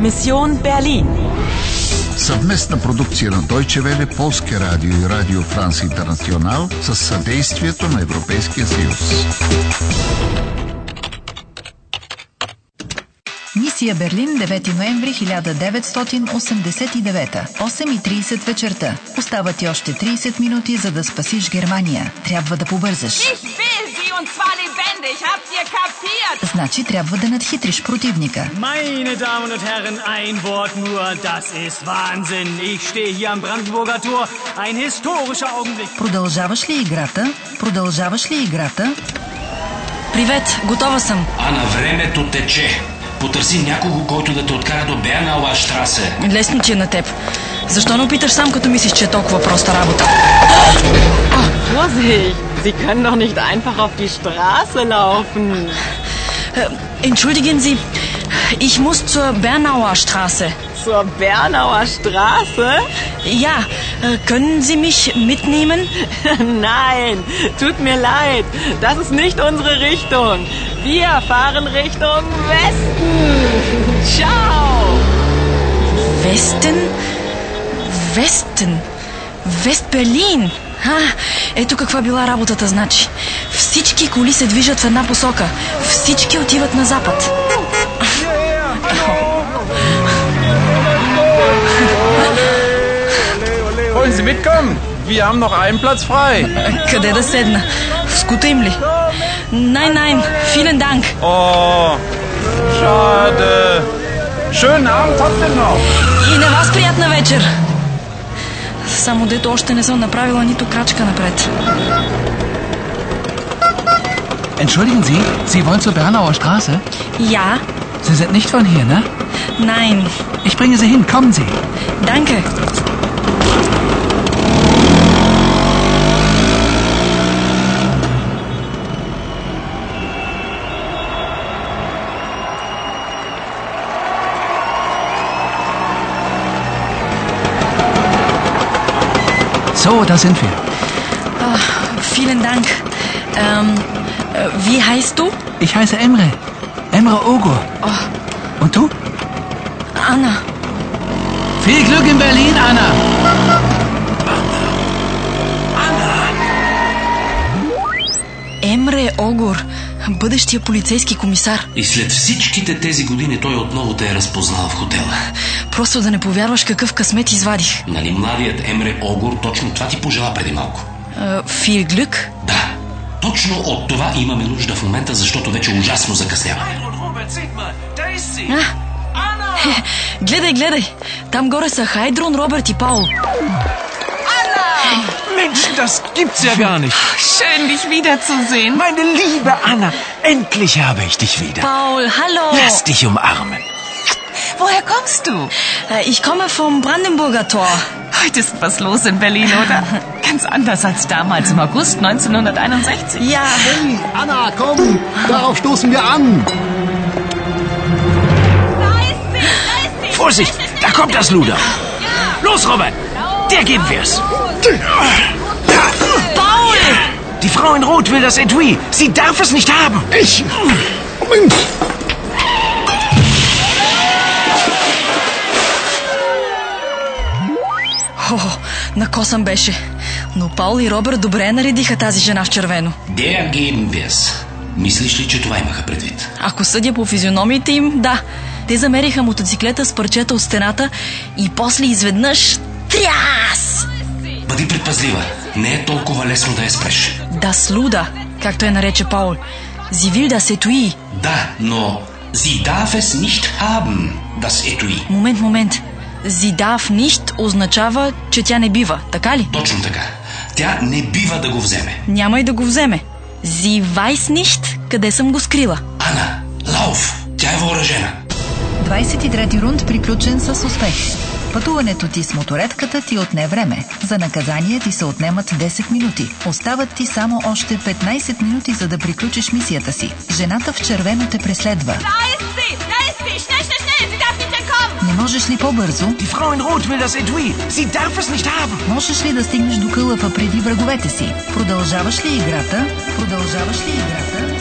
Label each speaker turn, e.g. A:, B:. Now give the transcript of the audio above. A: Mission Berlin.
B: Съвместна продукция на Deutsche Welle, Полския радио и Радио Франс Интернационал с съдействието на Европейския съюз.
C: Мисия Берлин, 9 ноември 1989, 8.30 вечерта. Остава ти още 30 минути, за да спасиш Германия. Трябва да побързаш.
D: Ich will sie und zwar lebendig. Habt ihr kapiert?
C: Значи трябва да надхитриш противника.
E: Meine Damen und Herren, ein Wort nur, das ist Wahnsinn. Ich stehe hier am Brandenburger Tor, ein historischer Augenblick.
C: Продължаваш ли играта? Продължаваш ли играта?
A: Привет, готова съм.
F: Ана, времето тече. Потърси някого, който да те откара до Бернала Штрасе.
A: Лесно ти е на теб. Защо не опиташ сам, като мислиш, че е толкова проста работа?
G: Vorsicht, Sie können doch nicht einfach auf die Straße laufen.
A: Entschuldigen Sie, ich muss zur Bernauer Straße.
G: Zur Bernauer Straße?
A: Ja, äh, können Sie mich mitnehmen?
G: Nein, tut mir leid, das ist nicht unsere Richtung. Wir fahren Richtung Westen. Ciao.
A: Westen? Westen? Вест-Берлин! А, ето каква била работата, значи. Всички коли се движат в една посока. Всички отиват на запад.
H: Wollen Sie mitkommen? Wir haben noch einen Platz frei.
A: Къде да седна? В скута им ли? Най, най, филен данк!
H: Oh, schade. Schönen Abend habt ihr noch.
A: И на вас приятна вечер! Само дето още не съм направила нито крачка напред.
I: Entschuldigen Sie, Sie wollen zur Bernauer Straße?
A: Я,
I: Sie sind nicht von hier, ne?
A: найн,
I: Ich bringe Sie hin, kommen Sie.
A: данке!
I: So, da sind wir.
A: Vielen Dank. Ähm, äh, wie heißt du?
I: Ich heiße Emre. Emre Ogur. Und du?
A: Anna.
I: Viel Glück in Berlin, Anna.
A: Емре Огор, бъдещия полицейски комисар.
F: И след всичките тези години той отново те е разпознал в хотела.
A: Просто да не повярваш какъв късмет извадих.
F: Нали младият Емре Огор точно това ти пожела преди малко?
A: Е, Фир Глюк?
F: Да, точно от това имаме нужда в момента, защото вече ужасно закъсняваме.
A: А, Е, гледай, гледай. Там горе са Хайдрон, Робърт и Паул.
J: Mensch, das gibt's ja gar nicht.
D: Schön, dich wiederzusehen.
J: Meine liebe Anna, endlich habe ich dich wieder.
A: Паул, hallo.
J: Lass dich umarmen.
D: Woher kommst du?
A: Äh, Ich komme vom Brandenburger Tor.
D: Heute ist was los in Berlin, oder? Ganz anders als damals im August 1961.
A: Ja,
B: Anna, komm! Darauf stoßen wir an!
J: Vorsicht, da kommt das Luder. Los, Robert, der geben wir's.
A: Paul!
J: Die Frau in Rot will das Etui. Sie darf es nicht haben. Ich.
A: О, на косъм беше. Но Паул и Робърт добре наредиха тази жена в червено.
F: Der geben wir's. е Мислиш ли, че това имаха предвид?
A: Ако съдя по физиономиите им, да. Те замериха мотоциклета с парчета от стената и после изведнъж тряс!
F: Бъди предпазлива. Не е толкова лесно да я спреш.
A: Да слуда, както я нарече Паул. Зивилда се туи.
F: Да, но... Sie darf es nicht haben, das Etui.
A: Момент, момент. Зидав нищ означава, че тя не бива, така ли?
F: Точно така. Тя не бива да го вземе.
A: Няма и да го вземе. Зи вайс нищ, къде съм го скрила?
F: Ана, лауф! Тя е въоръжена.
C: 23-ти рунд приключен с успех. Пътуването ти с моторетката ти отне време. За наказание ти се отнемат 10 минути. Остават ти само още 15 минути, за да приключиш мисията си. Жената в червено те преследва.
D: Da ist sie! Da ist sie! Schnell, schnell, schnell! Sie darf nicht entkommen!
C: Не можеш ли по-бързо?
J: Die Frau in Rot will das Etui. Sie darf es nicht haben.
C: Можеш ли да стигнеш до кълъфа преди враговете си? Продължаваш ли играта? Продължаваш ли играта?